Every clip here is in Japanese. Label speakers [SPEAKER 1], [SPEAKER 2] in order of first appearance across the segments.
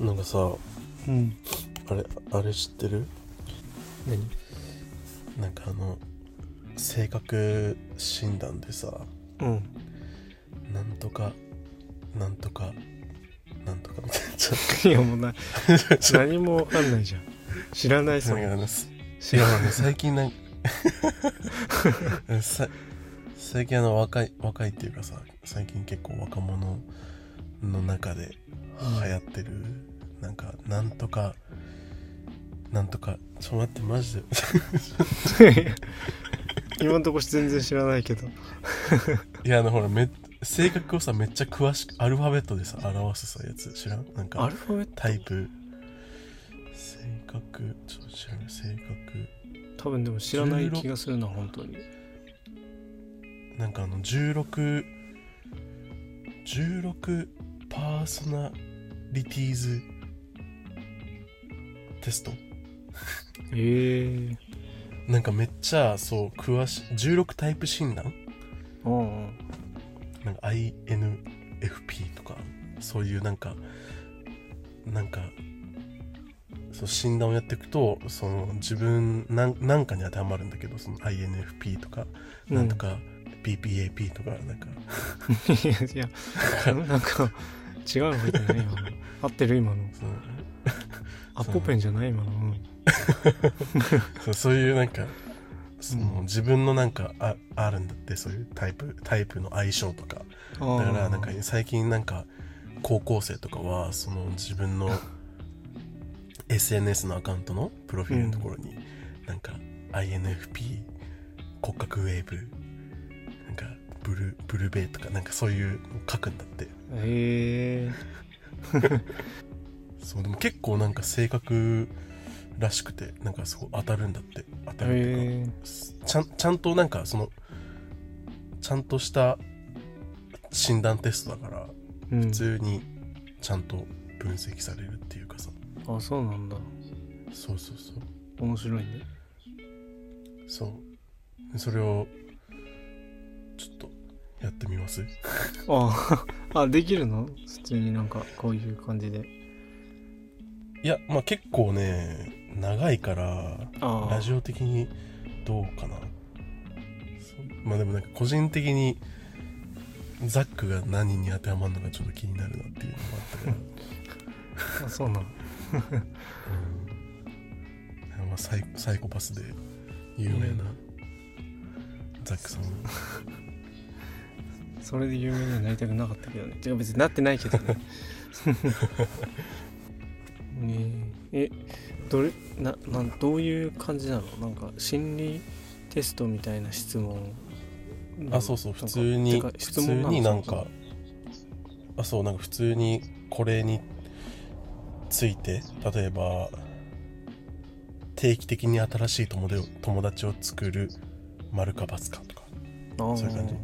[SPEAKER 1] なんかさ
[SPEAKER 2] うん
[SPEAKER 1] あれあれ知ってる
[SPEAKER 2] 何
[SPEAKER 1] なんかあの性格診断でさ
[SPEAKER 2] うん
[SPEAKER 1] なんとかなんとかなんとかみたいなちょっ
[SPEAKER 2] いやも うな
[SPEAKER 1] とちょっ
[SPEAKER 2] 何もわかんないじゃん知らない
[SPEAKER 1] と
[SPEAKER 2] そ
[SPEAKER 1] なん
[SPEAKER 2] う
[SPEAKER 1] かあのす
[SPEAKER 2] 知
[SPEAKER 1] いや
[SPEAKER 2] ら
[SPEAKER 1] ま
[SPEAKER 2] な
[SPEAKER 1] あね最近なんか さ最近あの若い若いっていうかさ最近結構若者の中で流行ってる、なんかなんとかなんとかちょっと待ってマジで
[SPEAKER 2] い 今のとこ全然知らないけど
[SPEAKER 1] いやあのほらめ性格をさめっちゃ詳しくアルファベットでさ表すさやつ知らんなんか
[SPEAKER 2] アルファベット
[SPEAKER 1] タイプ性格ちょっと調べる性格
[SPEAKER 2] 多分でも知らない気がするな本当に
[SPEAKER 1] なんかあの1616パーソナリティーズテスト
[SPEAKER 2] ええ
[SPEAKER 1] なんかめっちゃそう詳しい16タイプ診断
[SPEAKER 2] うん
[SPEAKER 1] なんか INFP とかそういうなんかなんかそう診断をやっていくとその自分なんなんかに当てはまるんだけどその INFP とか
[SPEAKER 2] うん
[SPEAKER 1] なんとか PPAP とかなんか
[SPEAKER 2] いやいやあのなんか違うの入ってない今の合ってる今の
[SPEAKER 1] その
[SPEAKER 2] アポペンじゃない今のうん
[SPEAKER 1] そうそういうなんかその
[SPEAKER 2] うん
[SPEAKER 1] 自分のなんかああるんだってそういうタイプタイプの相性とかだからなんか最近なんか高校生とかはその自分の SNS のアカウントのプロフィールのところになんか INFP 骨格ウェーブなんかブルブルベとかなんかそういうのを書くんだって
[SPEAKER 2] え
[SPEAKER 1] そうでも結構なんか性格らしくてなんかすごい当たるんだって当
[SPEAKER 2] え
[SPEAKER 1] たるとか、
[SPEAKER 2] え
[SPEAKER 1] ちゃんちゃんとなんかそのちゃんとした診断テストだから
[SPEAKER 2] えうん
[SPEAKER 1] 普通にちゃんと分析されるっていうかさ
[SPEAKER 2] あそうなんだ
[SPEAKER 1] そうそうそう
[SPEAKER 2] 面白いね
[SPEAKER 1] そうでそれをちょっとやってみます
[SPEAKER 2] あ ああできるの普通になんかこういう感じで
[SPEAKER 1] いやまあ結構ね長いから
[SPEAKER 2] ああ
[SPEAKER 1] ラジオ的にどうかなそうまあでもなんか個人的にザックが何に当てはまるのかちょっと気になるなっていうのもあったから
[SPEAKER 2] あそうなの
[SPEAKER 1] うんまあ、サイサイコパスで有名なザックさん、
[SPEAKER 2] それで有名にはなりたくなかったけどねてか別になってないけ どねねええどれななんどういう感じなのなんか心理テストみたいな質問
[SPEAKER 1] あそうそう
[SPEAKER 2] なん
[SPEAKER 1] 普
[SPEAKER 2] か
[SPEAKER 1] 通に
[SPEAKER 2] てか
[SPEAKER 1] 普
[SPEAKER 2] 質
[SPEAKER 1] 通
[SPEAKER 2] 問の
[SPEAKER 1] になん
[SPEAKER 2] そも
[SPEAKER 1] かあそうなんか普通にこれについて例えば定期的に新しい友で友達を作る丸か×かとか
[SPEAKER 2] そもあー
[SPEAKER 1] そういう感じ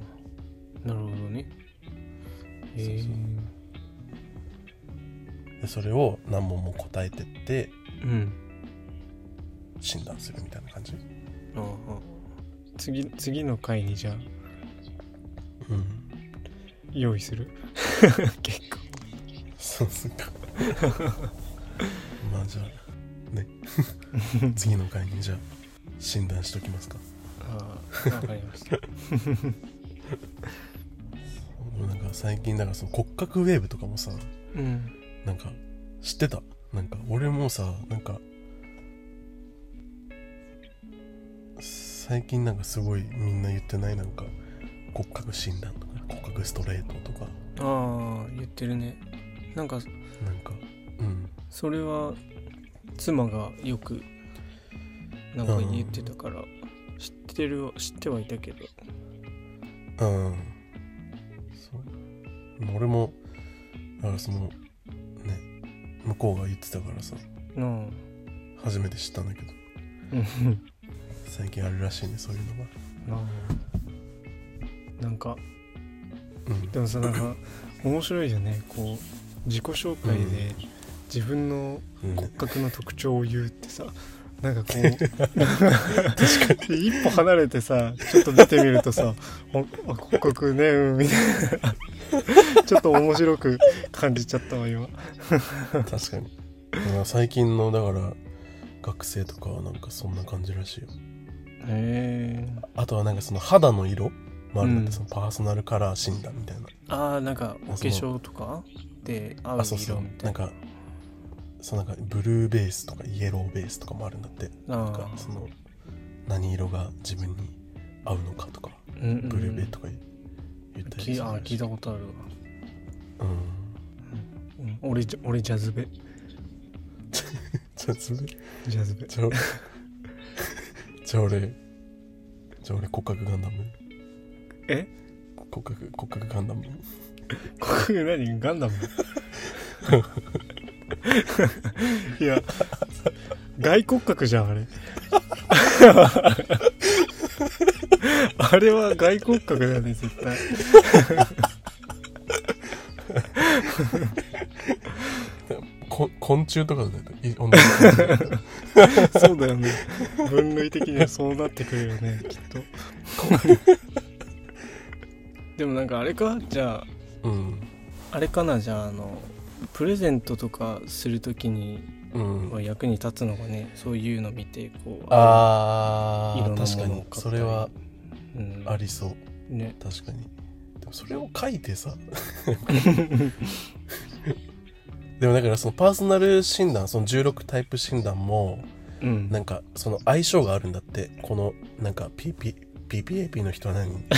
[SPEAKER 2] なるほどねえ
[SPEAKER 1] そうそ、
[SPEAKER 2] ー
[SPEAKER 1] でそれを何問も答えてって
[SPEAKER 2] うん
[SPEAKER 1] 診断するみたいな感じ、
[SPEAKER 2] あーあー次次の回にじゃあ
[SPEAKER 1] うん、
[SPEAKER 2] 用意する結構
[SPEAKER 1] そうっすかまあじゃあね次の回にじゃあ診断しときますか
[SPEAKER 2] ああわかりま した
[SPEAKER 1] 俺なんか最近だからその骨格ウェーブとかもさ
[SPEAKER 2] うん
[SPEAKER 1] なんか知ってたなんか俺もさなんか最近なんかすごいみんな言ってないなんか骨格診断とか骨格ストレートとか
[SPEAKER 2] ああ言ってるねなんか
[SPEAKER 1] なんかうん
[SPEAKER 2] それは妻がよくなんか言ってたから知ってるは知ってはいたけど
[SPEAKER 1] うんそう俺もだからそのね向こうが言ってたからさ
[SPEAKER 2] うん
[SPEAKER 1] 初めて知ったんだけど
[SPEAKER 2] うん
[SPEAKER 1] 最近あるらしいねそういうのが
[SPEAKER 2] なんか
[SPEAKER 1] うん
[SPEAKER 2] でもさなんか面白いじゃんねこう自己紹介で自分の
[SPEAKER 1] うん
[SPEAKER 2] 骨格の特徴を言うってさなんかこう確かに一歩離れてさちょっと見てみるとさ「おあ骨格ねうん」みたいなちょっと面白く感じちゃったわ今
[SPEAKER 1] 確かにまあ最近のだから学生とかはなんかそんな感じらしいよ
[SPEAKER 2] へえ
[SPEAKER 1] あとはなんかその肌の色もあるんだって、そ
[SPEAKER 2] うん
[SPEAKER 1] のパーソナルカラー診断みたいな
[SPEAKER 2] あーなんかお化粧とかで合う
[SPEAKER 1] あそうそ
[SPEAKER 2] 色
[SPEAKER 1] う
[SPEAKER 2] みた
[SPEAKER 1] ないんかそうなんかブルーベースとかイエローベースとかもあるんだって
[SPEAKER 2] な
[SPEAKER 1] なんかその何色が自分に合うのかとか
[SPEAKER 2] うんうんうん
[SPEAKER 1] ブルーベとか言ったり
[SPEAKER 2] きあー聞いた
[SPEAKER 1] う
[SPEAKER 2] ことあるわ、
[SPEAKER 1] ん
[SPEAKER 2] うん、俺じゃ俺ジャズベ
[SPEAKER 1] じゃあそれ
[SPEAKER 2] ジャズベ
[SPEAKER 1] じ ゃあじゃあ俺じゃあ俺骨格ガンダム
[SPEAKER 2] え
[SPEAKER 1] 骨格骨格ガンダム
[SPEAKER 2] これ何ガンダム いや外骨格じゃん あれあれは外骨格だよね絶対
[SPEAKER 1] こ昆虫とかじゃないとい同じ
[SPEAKER 2] そうだよね分類的にはそうなってくるよねきっと でもなんかあれかじゃ
[SPEAKER 1] う
[SPEAKER 2] あ
[SPEAKER 1] ん
[SPEAKER 2] あれかなじゃああのプレゼントとかするときに
[SPEAKER 1] うん
[SPEAKER 2] は役に立つのがねそういうの見てこう
[SPEAKER 1] あ
[SPEAKER 2] 色
[SPEAKER 1] ー
[SPEAKER 2] んな
[SPEAKER 1] 確か
[SPEAKER 2] ものを
[SPEAKER 1] に
[SPEAKER 2] 買ったり
[SPEAKER 1] それは
[SPEAKER 2] うん
[SPEAKER 1] ありそう
[SPEAKER 2] ね
[SPEAKER 1] 確かにでもそれを書いて さでもだからそのパーソナル診断その16タイプ診断も
[SPEAKER 2] うん
[SPEAKER 1] なんかその相性があるんだってこのなんか PP PPAP の人は何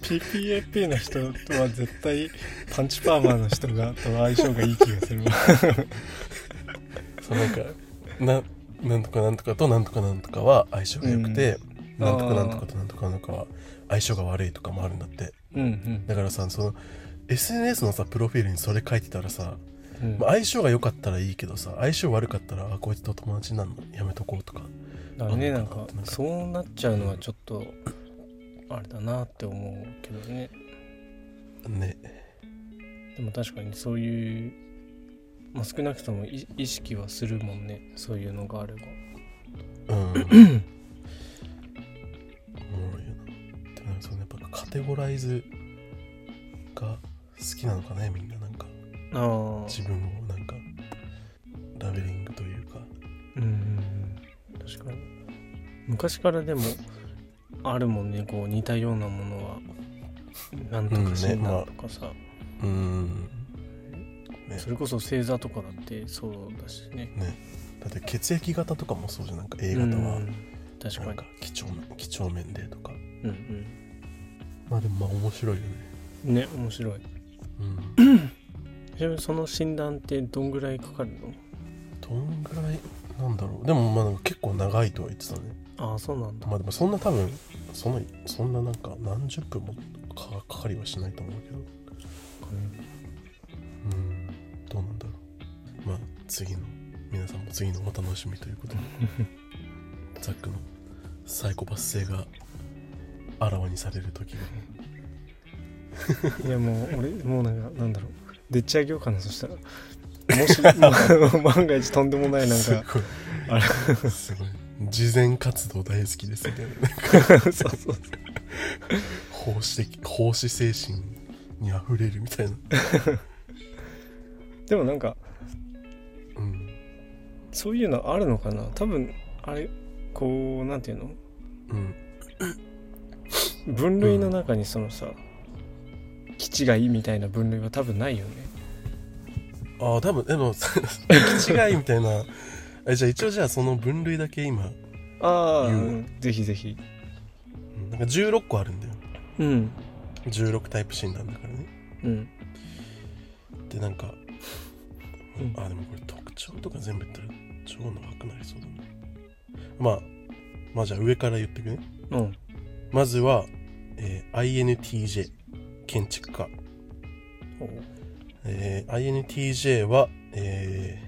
[SPEAKER 2] PPAP の人とは絶対パンチパーマーの人がとは相性がいい気がするわ
[SPEAKER 1] そのなんかななんとかなんとかとなんとかなんとかは相性が良くて、
[SPEAKER 2] うん
[SPEAKER 1] なんとか
[SPEAKER 2] あー
[SPEAKER 1] なんとかとなんとかなんとかは相性が悪いとかもあるんだって
[SPEAKER 2] うんうん
[SPEAKER 1] だからさその SNS のさプロフィールにそれ書いてたらさ
[SPEAKER 2] うん
[SPEAKER 1] まあ相性が良かったらいいけどさ相性悪かったらあこいつと友達になるのやめとこうとか
[SPEAKER 2] だからね
[SPEAKER 1] あ
[SPEAKER 2] な
[SPEAKER 1] なんんか
[SPEAKER 2] かそうなっちゃうのはちょっとあれだなって思うけどね
[SPEAKER 1] ね
[SPEAKER 2] でも確かにそういう、まあ、少なくともい意識はするもんねそういうのがあれば
[SPEAKER 1] うんおもろいよなでもなんかそのやっぱカテゴライズが好きなのかねみんななんか
[SPEAKER 2] ああ
[SPEAKER 1] 自分をなんかラベリングというか
[SPEAKER 2] うんうんうん確かに昔からでもあるもんねこう似たようなものはなんとか診断とかさ、
[SPEAKER 1] うんね
[SPEAKER 2] それこそ星座とかだってそうだしね
[SPEAKER 1] ねだって血液型とかもそうじゃんなんか A
[SPEAKER 2] う
[SPEAKER 1] 型は
[SPEAKER 2] ん確か
[SPEAKER 1] なん
[SPEAKER 2] に
[SPEAKER 1] か几帳面几帳面でとか
[SPEAKER 2] うん
[SPEAKER 1] まあでもまあ面白いよね
[SPEAKER 2] うんね面白い
[SPEAKER 1] うん
[SPEAKER 2] ちなみにその診断ってどんぐらいかかるの
[SPEAKER 1] どんぐらいなんだろうでもまあなんか結構長いとは言ってたね
[SPEAKER 2] ああそうなんだ
[SPEAKER 1] まあでもそんな多分そのそんななんか何十分もかかかりはしないと思うけどうんどうなんだろうまあ次の皆さんも次のお楽しみということ でザックのサイコパス性があらわにされる時が
[SPEAKER 2] いやもう俺もうなんかなんだろうでっち上げようかなそしたらもしもう 万が一とんでもないなん
[SPEAKER 1] す
[SPEAKER 2] か
[SPEAKER 1] ごい
[SPEAKER 2] あ
[SPEAKER 1] すごい慈善活動大好きですみたいななんか
[SPEAKER 2] そうそうそう
[SPEAKER 1] 奉仕的奉仕精神にあふれるみたいな
[SPEAKER 2] でもなんか
[SPEAKER 1] うん
[SPEAKER 2] そういうのあるのかな多分あれこうなんていうの
[SPEAKER 1] うん
[SPEAKER 2] 分類の中にそのさ、基地がいいみたいな分類は多分ないよね
[SPEAKER 1] ああ多分でも 違いみたいなえじゃあ一応じゃあその分類だけ今
[SPEAKER 2] ああ、
[SPEAKER 1] 言う
[SPEAKER 2] うんぜひぜひ
[SPEAKER 1] うんなんか16個あるんだよ
[SPEAKER 2] うん
[SPEAKER 1] 16タイプ診断だからね
[SPEAKER 2] うん
[SPEAKER 1] でなんか、
[SPEAKER 2] うん
[SPEAKER 1] あでもこれ特徴とか全部言ったら超長くなりそうだなまあまあじゃあ上から言ってくね
[SPEAKER 2] うん
[SPEAKER 1] まずは、えー INTJ 建築家えー INTJ は、え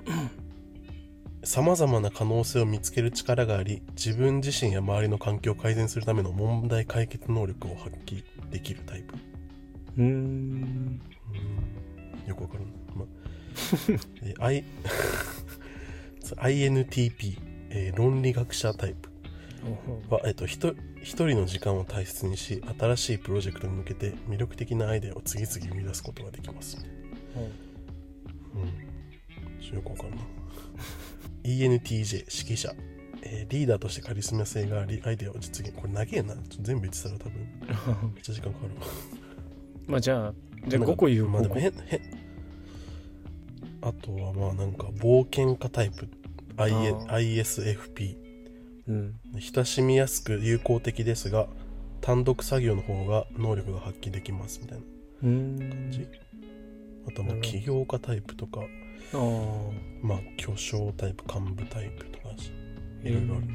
[SPEAKER 1] さまざまな可能性を見つける力があり自分自身や周りの環境を改善するための問題解決能力を発揮できるタイプ
[SPEAKER 2] うん
[SPEAKER 1] うんよくわからんない、まあ えー I そう INTP、えー論理学者タイプは、えっと、ひと一人の時間を大切にし新しいプロジェクトに向けて魅力的なアイデアを次々生み出すことができますうんちょっとよくわかんない ENTJ 指揮者、えーリーダーとしてカリスマ性がありアイデアを実現これ長えなちょっと全部言ってたら多分めっちゃ時間かかるわ
[SPEAKER 2] まあじゃあじゃあ
[SPEAKER 1] なんか
[SPEAKER 2] 5個言う
[SPEAKER 1] まあで
[SPEAKER 2] 5
[SPEAKER 1] も
[SPEAKER 2] 個
[SPEAKER 1] 変変あとはまあなんか冒険家タイプ IN
[SPEAKER 2] あ
[SPEAKER 1] ISFP
[SPEAKER 2] うん
[SPEAKER 1] 親しみやすく友好的ですが単独作業の方が能力が発揮できますみたいな
[SPEAKER 2] うん
[SPEAKER 1] 感じあとまあ
[SPEAKER 2] なるほど
[SPEAKER 1] 起業家タイプとか
[SPEAKER 2] ああ
[SPEAKER 1] まあ巨匠タイプ幹部タイプとかいろいろある、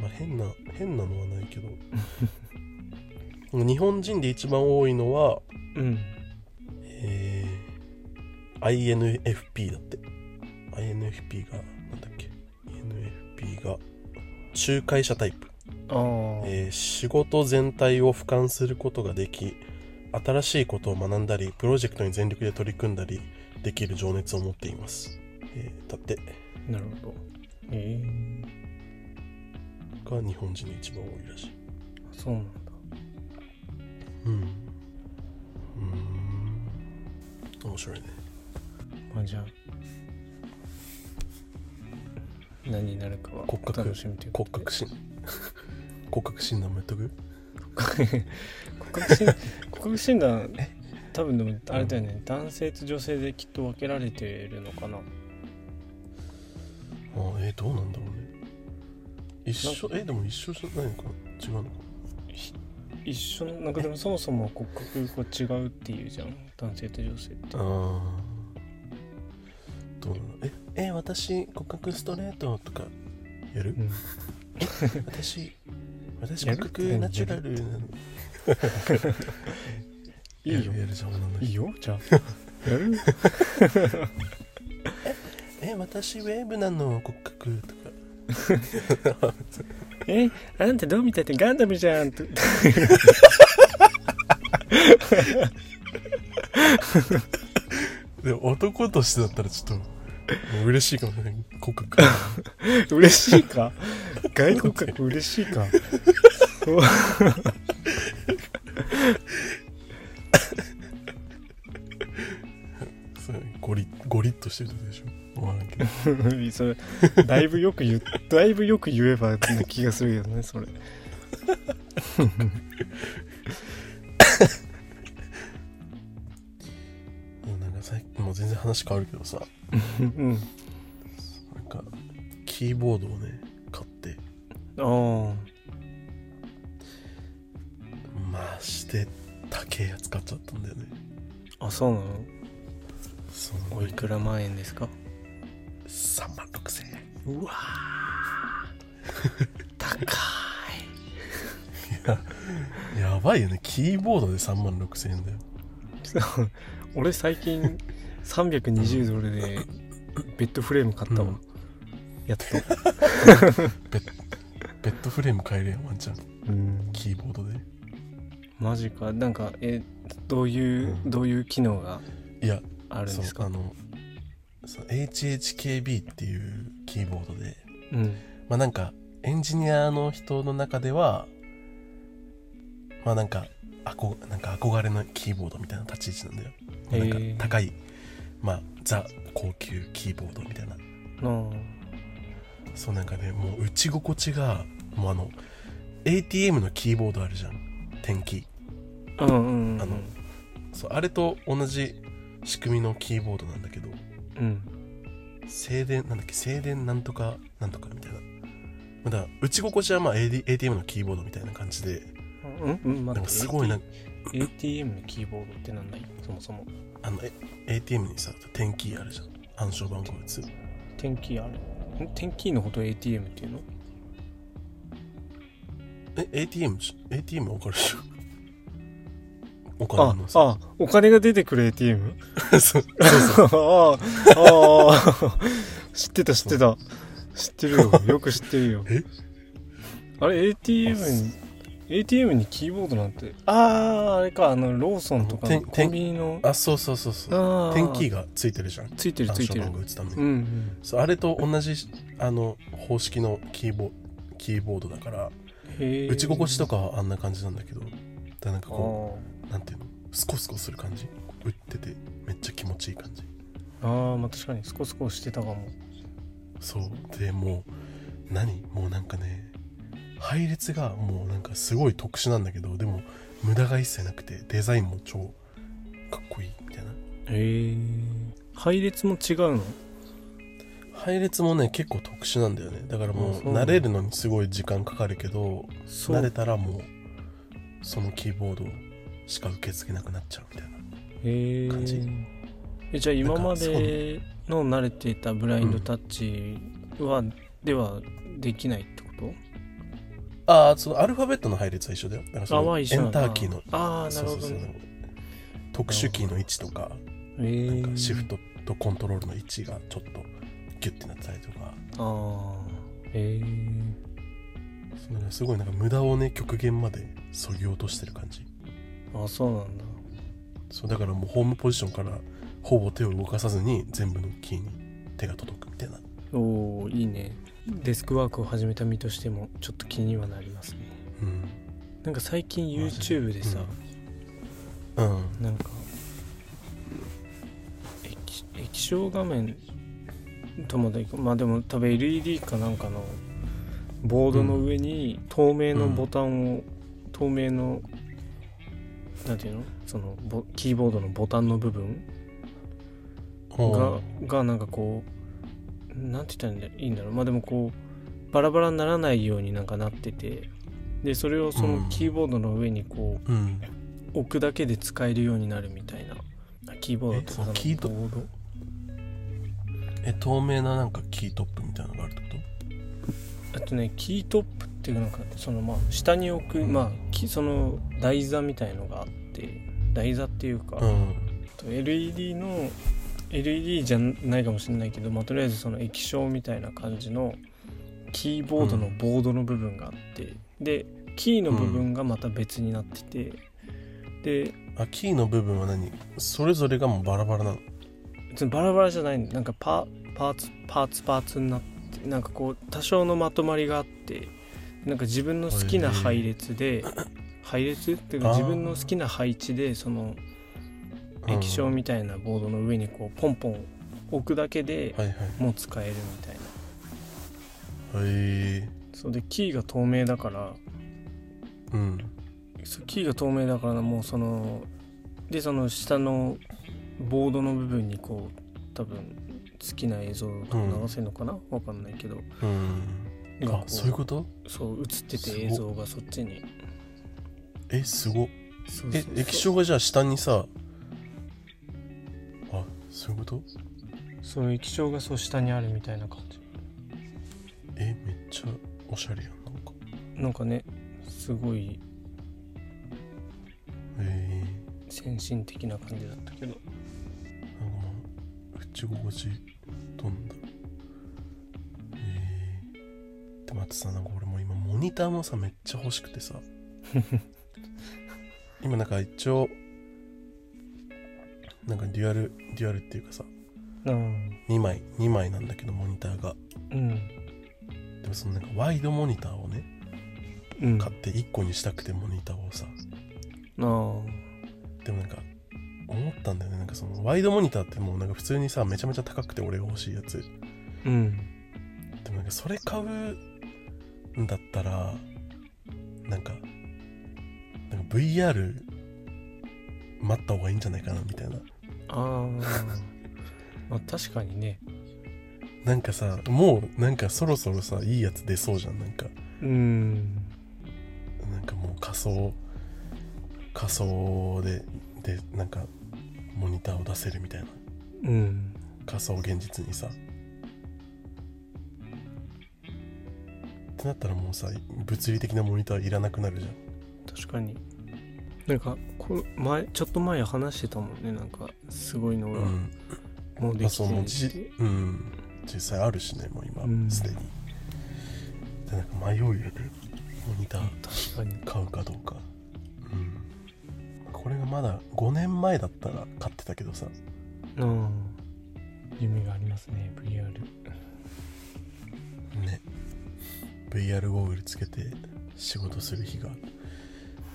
[SPEAKER 1] まあ、変な変なのはないけど 日本人で一番多いのは
[SPEAKER 2] うん
[SPEAKER 1] えー INFP だって INFP がなんだっけ INFP が仲介者タイプ、
[SPEAKER 2] ああ
[SPEAKER 1] えー仕事全体を俯瞰することができ新しいことを学んだりプロジェクトに全力で取り組んだりできる情熱を持っています、えーだって
[SPEAKER 2] なるほどええ
[SPEAKER 1] が日本人で一番多いらしい
[SPEAKER 2] そうなんだ
[SPEAKER 1] うんうーん面白いね
[SPEAKER 2] まあじゃあ何になるかは
[SPEAKER 1] 骨格
[SPEAKER 2] 楽しみというこ
[SPEAKER 1] 骨格診骨格診断もやっとく
[SPEAKER 2] とで骨格診骨格診断多分でもあれだよね、男性と女性できっと分けられてるのかな
[SPEAKER 1] あーえーどうなんだろうね一緒えーでも一緒じゃないのかな違うのか
[SPEAKER 2] 一緒のなんかでもそもそも骨格が違うっていうじゃん男性と女性って
[SPEAKER 1] ああどうなのええー私骨格ストレートとかや る、
[SPEAKER 2] うん
[SPEAKER 1] 私私
[SPEAKER 2] や
[SPEAKER 1] 骨
[SPEAKER 2] る
[SPEAKER 1] 格ナチュラルなの
[SPEAKER 2] いいよ
[SPEAKER 1] やるやるじゃん女の人
[SPEAKER 2] いいよじゃあや る
[SPEAKER 1] えー私ウェーブなの骨格とか
[SPEAKER 2] えあんたどう見たってガンダムじゃんって
[SPEAKER 1] でも男としてだったらちょっともう嬉しいかもしれない 骨格
[SPEAKER 2] 嬉しいか外骨格嬉しい かそう
[SPEAKER 1] そうゴリゴリッとしてるでしょわからんけど
[SPEAKER 2] それだいぶよく言うだいぶよく言えばな気がするけどねそれ
[SPEAKER 1] うんなんかさっきもう全然話変わるけどさ
[SPEAKER 2] うん
[SPEAKER 1] なんかキーボードをね買って
[SPEAKER 2] あ
[SPEAKER 1] まあして高えやつ買っちゃったんだよね
[SPEAKER 2] ああそうなの
[SPEAKER 1] その
[SPEAKER 2] おいくら万円ですか
[SPEAKER 1] 3万6000円
[SPEAKER 2] うわ高い
[SPEAKER 1] やばいよねキーボードで3万6000円だよ
[SPEAKER 2] そう俺最近320ドルでベッドフレーム買ったわ、
[SPEAKER 1] うん
[SPEAKER 2] やっと
[SPEAKER 1] ベッドフレーム買えるやんワンちゃん
[SPEAKER 2] うん
[SPEAKER 1] キーボードで
[SPEAKER 2] マジかなんかえどういう、
[SPEAKER 1] うん
[SPEAKER 2] どういう機能が
[SPEAKER 1] いや
[SPEAKER 2] あるん
[SPEAKER 1] そう
[SPEAKER 2] ですか
[SPEAKER 1] あのそう HHKB っていうキーボードで
[SPEAKER 2] うん
[SPEAKER 1] まあなんかエンジニアの人の中ではまあなんかあこなんか憧れのキーボードみたいな立ち位置なんだよ、まあ
[SPEAKER 2] へ
[SPEAKER 1] なん
[SPEAKER 2] ー
[SPEAKER 1] か高いまあザ高級キーボードみたいな
[SPEAKER 2] の
[SPEAKER 1] そうなんかねもう打ち心地がもうあの ATM のキーボードあるじゃん点キ
[SPEAKER 2] うんうんうん
[SPEAKER 1] あのーそうあれと同じ仕組みのキーボードなんだけど
[SPEAKER 2] うん
[SPEAKER 1] 静電なんだっけ静電なんとかなんとかみたいなまあだから打ち心地はまあ AD ATM のキーボードみたいな感じで
[SPEAKER 2] うんうん
[SPEAKER 1] な
[SPEAKER 2] 待
[SPEAKER 1] んか
[SPEAKER 2] って
[SPEAKER 1] すごいなんか
[SPEAKER 2] AT ATM のキーボードってなんだいそもそも
[SPEAKER 1] あのえ ATM にさ点キーあるじゃん暗証番号打つ
[SPEAKER 2] 天気あるん天気のこと ATM っていうの
[SPEAKER 1] え ATM じ ATM わかるでしょお金
[SPEAKER 2] あ
[SPEAKER 1] の、さ
[SPEAKER 2] あ、お金が出てくる ATM?
[SPEAKER 1] そう
[SPEAKER 2] ああ、ああ、知ってた知ってた。知っ てるよ。よく知ってるよ
[SPEAKER 1] え。
[SPEAKER 2] あれ、ATM
[SPEAKER 1] あそ
[SPEAKER 2] に、ATM にキーボードなんて。ああ、あれか、あの、ローソンとか
[SPEAKER 1] て
[SPEAKER 2] の
[SPEAKER 1] ん
[SPEAKER 2] コンビニの。
[SPEAKER 1] あそうそうそうそう
[SPEAKER 2] あ
[SPEAKER 1] 点キー
[SPEAKER 2] が。
[SPEAKER 1] がついてるじゃん
[SPEAKER 2] ついてるつい
[SPEAKER 1] 暗証
[SPEAKER 2] てる
[SPEAKER 1] 番。号打つために、
[SPEAKER 2] うんうん。
[SPEAKER 1] そうあれと同じあの方式のキーボキーボードだから
[SPEAKER 2] へえ
[SPEAKER 1] 打ち心地とか
[SPEAKER 2] か。
[SPEAKER 1] はあんな感じなんだけどだからなんか
[SPEAKER 2] あ
[SPEAKER 1] こ
[SPEAKER 2] ー
[SPEAKER 1] うなんていうのスコスコする感じ打っててめっちゃ気持ちいい感じ
[SPEAKER 2] あー、まあ確かに、スコスコしてたかも。
[SPEAKER 1] そうでもう何もうなんかね配列がもうなんかすごい特殊なんだけどでも無駄が一切なくてデザインも超かっこいいみたいな
[SPEAKER 2] へえ。配列も違うの
[SPEAKER 1] 配列もね結構特殊なんだよねだからも
[SPEAKER 2] あ
[SPEAKER 1] う
[SPEAKER 2] そうな
[SPEAKER 1] 慣
[SPEAKER 2] んだ
[SPEAKER 1] れるのにすごい時間かかるけど
[SPEAKER 2] そ
[SPEAKER 1] 慣れ
[SPEAKER 2] う。
[SPEAKER 1] たらもうそのキーボードしか受け付けなくなっちゃうみたいな
[SPEAKER 2] へえ
[SPEAKER 1] 感じ
[SPEAKER 2] えじゃあ今ま
[SPEAKER 1] なんか
[SPEAKER 2] での慣れていたブラインドタッチは、ではできないってこ
[SPEAKER 1] ああそのアルファベットの配列は一緒だよだから
[SPEAKER 2] と
[SPEAKER 1] そ
[SPEAKER 2] あは
[SPEAKER 1] のエ
[SPEAKER 2] 一緒な
[SPEAKER 1] ン
[SPEAKER 2] んだ
[SPEAKER 1] ターキーの
[SPEAKER 2] ああな
[SPEAKER 1] そ
[SPEAKER 2] る
[SPEAKER 1] う
[SPEAKER 2] ほ
[SPEAKER 1] そうそ
[SPEAKER 2] ど
[SPEAKER 1] う
[SPEAKER 2] ね
[SPEAKER 1] 特殊キーの位置とか
[SPEAKER 2] え
[SPEAKER 1] な
[SPEAKER 2] ー
[SPEAKER 1] んかシフトとコントロールの位置がちょっとギュッてなってたりとか
[SPEAKER 2] ああえー、
[SPEAKER 1] そのすごいなんか無駄をね極限まで削ぎ落としてる感じ
[SPEAKER 2] あそうなんだ
[SPEAKER 1] そうだからもうホームポジションからほぼ手を動かさずに全部のキーに手が届くみたいな
[SPEAKER 2] おおいいねデスクワークを始めた身としてもちょっと気にはなりますね
[SPEAKER 1] うん
[SPEAKER 2] なんか最近
[SPEAKER 1] マジ
[SPEAKER 2] YouTube でさ、
[SPEAKER 1] うん、うん
[SPEAKER 2] なんか液液晶画面ともでまあでも多分 LED かなんかのボードの上に透明のボタンを、透明のなんていうのそのボキーボードのボタンの部分ががなんかこうなんて言ったらいいんだろうまあでもこうバラバラにならないようになんかなっててでそれをそうの
[SPEAKER 1] ん
[SPEAKER 2] キーボードの上にこう
[SPEAKER 1] うん
[SPEAKER 2] 置くだけで使えるようになるみたいなあキーボードとか
[SPEAKER 1] え
[SPEAKER 2] の
[SPEAKER 1] そうキーボ
[SPEAKER 2] ボード
[SPEAKER 1] え透明ななんかキートップみたいなのがあるってこ
[SPEAKER 2] あとねキートップっていうなんかそのまあ下に置く、
[SPEAKER 1] うん
[SPEAKER 2] まあきその台座みたいのがあって台座っていうか、
[SPEAKER 1] とうん
[SPEAKER 2] と LED の LED じゃないかもしれないけど、まあ、とりあえずその液晶みたいな感じのキーボードのボードの部分があって、でキーの部分がまた別になってて、で
[SPEAKER 1] あキーの部分は何それぞれがもうバラバラなの
[SPEAKER 2] 別にバラバラじゃないんだなんかパパーツパーツパーツになってなんかこう多少のまとまりがあってなんか自分の好きな配列で配列っていうか
[SPEAKER 1] あー
[SPEAKER 2] 自分の好きな配置でその
[SPEAKER 1] うん
[SPEAKER 2] 液晶みたいなボードの上にこうポンポン置くだけで
[SPEAKER 1] はいはい
[SPEAKER 2] もう使えるみたいな
[SPEAKER 1] へえ
[SPEAKER 2] そうでキーが透明だから
[SPEAKER 1] うん
[SPEAKER 2] そうキーが透明だからもうそのでその下のボードの部分にこう多分好きな映像とか流せるのかな、わかんないけど
[SPEAKER 1] うん
[SPEAKER 2] がこ
[SPEAKER 1] あそういうこと
[SPEAKER 2] そう映って
[SPEAKER 1] すご
[SPEAKER 2] て映像がそっちに
[SPEAKER 1] えすごっ
[SPEAKER 2] そうそう
[SPEAKER 1] え
[SPEAKER 2] そう
[SPEAKER 1] 液晶がじゃあ下にさあそういうこと
[SPEAKER 2] そう液晶がそう下にあるみたいな感じ
[SPEAKER 1] えめっちゃおしゃれやんなんか
[SPEAKER 2] なんかねすごい
[SPEAKER 1] へ
[SPEAKER 2] 先進的な感じだったけど
[SPEAKER 1] えなんかもう打ち心地どんだへえでもあとさなんか俺もう今モニターもさめっちゃ欲しくて さ今なんか一応なんかデュアルデュアルっていうかさ
[SPEAKER 2] うん
[SPEAKER 1] 2枚2枚なんだけどモニターが
[SPEAKER 2] うん
[SPEAKER 1] でもそのなんかワイドモニターをね
[SPEAKER 2] うん
[SPEAKER 1] 買って1個にしたくてモニターをさ
[SPEAKER 2] あー
[SPEAKER 1] でもなんか思ったんだよねなんかそのワイドモニターってもうなんか普通にさめちゃめちゃ高くて俺が欲しいやつ
[SPEAKER 2] うん
[SPEAKER 1] でもなんかそれ買うんだったらなんかなんか VR 待った方がいいんじゃないかなみたいな
[SPEAKER 2] あーまあ確かにね
[SPEAKER 1] なんかさもうなんかそろそろさいいやつ出そうじゃんなんか
[SPEAKER 2] うん
[SPEAKER 1] なんかもう仮想仮想ででなんかモニターを出せるみたいな
[SPEAKER 2] うん
[SPEAKER 1] 仮想現実にさってなったらもうさ物理的なモニターいらなくなるじゃん
[SPEAKER 2] 確かになんかこ前ちょっと前話してたもんねなんかすごいの
[SPEAKER 1] う
[SPEAKER 2] が、
[SPEAKER 1] ん
[SPEAKER 2] もう
[SPEAKER 1] ま
[SPEAKER 2] で
[SPEAKER 1] あ
[SPEAKER 2] きて
[SPEAKER 1] そ
[SPEAKER 2] る
[SPEAKER 1] の
[SPEAKER 2] っ
[SPEAKER 1] じ
[SPEAKER 2] て
[SPEAKER 1] うん実際あるしねもう
[SPEAKER 2] う
[SPEAKER 1] 今
[SPEAKER 2] ん
[SPEAKER 1] すでに、でなんか迷いよねモニター
[SPEAKER 2] 確かに
[SPEAKER 1] 買うかどうかうんこれがまだ5年前だったら買ってたけどさ
[SPEAKER 2] うん夢がありますね VR
[SPEAKER 1] ね VR ゴーグルつけて仕事する日がい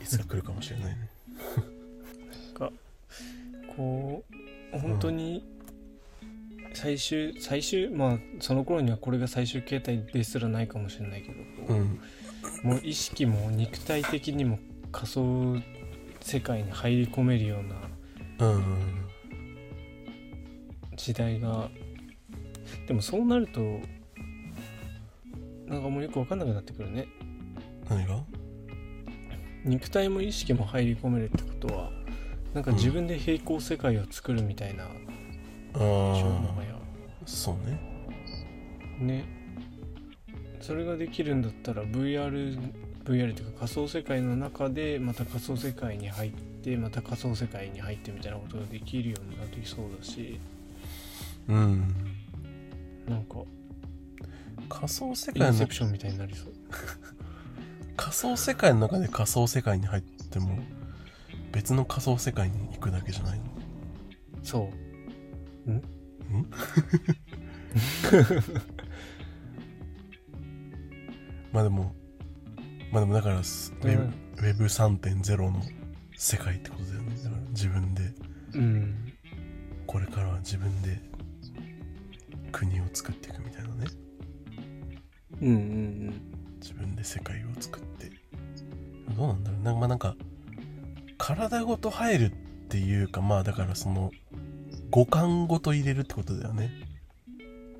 [SPEAKER 1] つか来るかもしれないね
[SPEAKER 2] こう本当に最終、最終まあその頃にはこれが最終形態ですらないかもしれないけど、
[SPEAKER 1] うん
[SPEAKER 2] もう意識も肉体的にも仮想世界に入り込めるような
[SPEAKER 1] うんうん
[SPEAKER 2] 時代がでもそうなるとなんかもうよく分かんなくなってくるね
[SPEAKER 1] 何が
[SPEAKER 2] 肉体も意識も入り込めるってことはなんか自分で平行世界を作るみたいな
[SPEAKER 1] あ
[SPEAKER 2] でしょ
[SPEAKER 1] ー
[SPEAKER 2] もはや
[SPEAKER 1] そうね
[SPEAKER 2] ねそれができるんだったら VRVR っていうか仮想世界の中でまた仮想世界に入ってまた仮想世界に入ってみたいなことができるようになってきそうだし
[SPEAKER 1] うん
[SPEAKER 2] なんか
[SPEAKER 1] 仮想世
[SPEAKER 2] イ
[SPEAKER 1] 界
[SPEAKER 2] ンセ
[SPEAKER 1] の
[SPEAKER 2] プションみたいになりそう
[SPEAKER 1] 仮想世界の中で仮想世界に入っても別の仮想世界に行くだけじゃないの
[SPEAKER 2] そ
[SPEAKER 1] まあでもまあでもだからすウ
[SPEAKER 2] うん
[SPEAKER 1] ェブ、ウェブ3.0の世界ってことだよねだから自分で
[SPEAKER 2] ううん
[SPEAKER 1] これからは自分で国を作っていくみたいなね
[SPEAKER 2] うんうん
[SPEAKER 1] 自分で世界を作ってどうなんだろうなんかまあなんか体ごと入るっていうかまあだからその五感ごと入れるってことだよね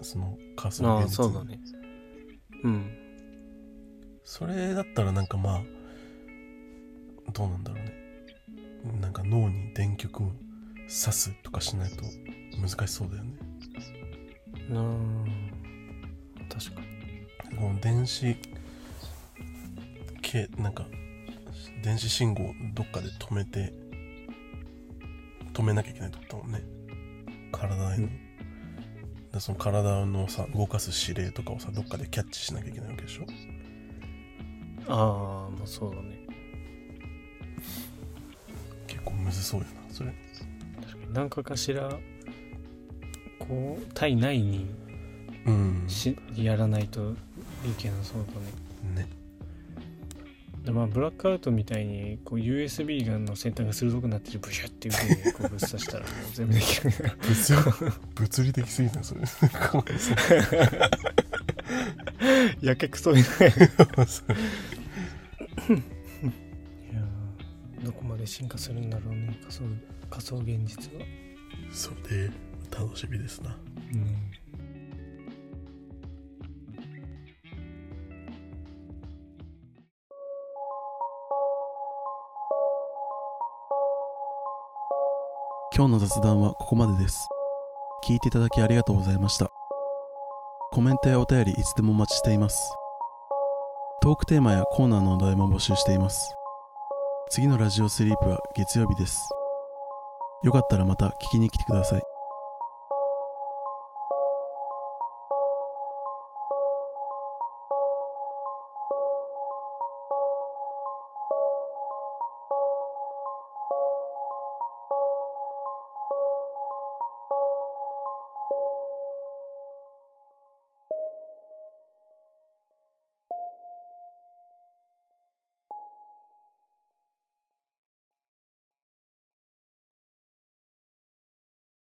[SPEAKER 1] その仮
[SPEAKER 2] うん
[SPEAKER 1] 想現実に
[SPEAKER 2] ねうん
[SPEAKER 1] それだったらなんかまあどうなんだろうねなんか脳に電極を刺すとかしないと難しそうだよね
[SPEAKER 2] なあ確か
[SPEAKER 1] この電子系なんか電子信号をどっかで止めて止めなきゃいけないってことだもんね体へ
[SPEAKER 2] う
[SPEAKER 1] の、
[SPEAKER 2] ん
[SPEAKER 1] だからその体のさ動かす指令とかをさどっかでキャッチしなきゃいけないわけでしょ
[SPEAKER 2] にああまあそうだね
[SPEAKER 1] 結構むずそうやなそれ
[SPEAKER 2] 確かに何かかしらこう体内に
[SPEAKER 1] うん
[SPEAKER 2] しやらないといけなそうだね
[SPEAKER 1] ね
[SPEAKER 2] でまあブラックアウトみたいにこう USB ガンの先端が鋭くなってるブシュッっていう風にこうぶっ刺 したらもう全部できる
[SPEAKER 1] 物理 物理的すぎたそれ
[SPEAKER 2] やけくそみたいないやーどこまで進化するんだろうね仮想仮想現実は
[SPEAKER 1] それ楽しみですな
[SPEAKER 2] うん
[SPEAKER 1] 今日の雑談はここまでです聞いていただきありがとうございましたコメントやお便りいつでもお待ちしていますトークテーマやコーナーのお題も募集しています次のラジオスリープは月曜日ですよかったらまた聞きに来てください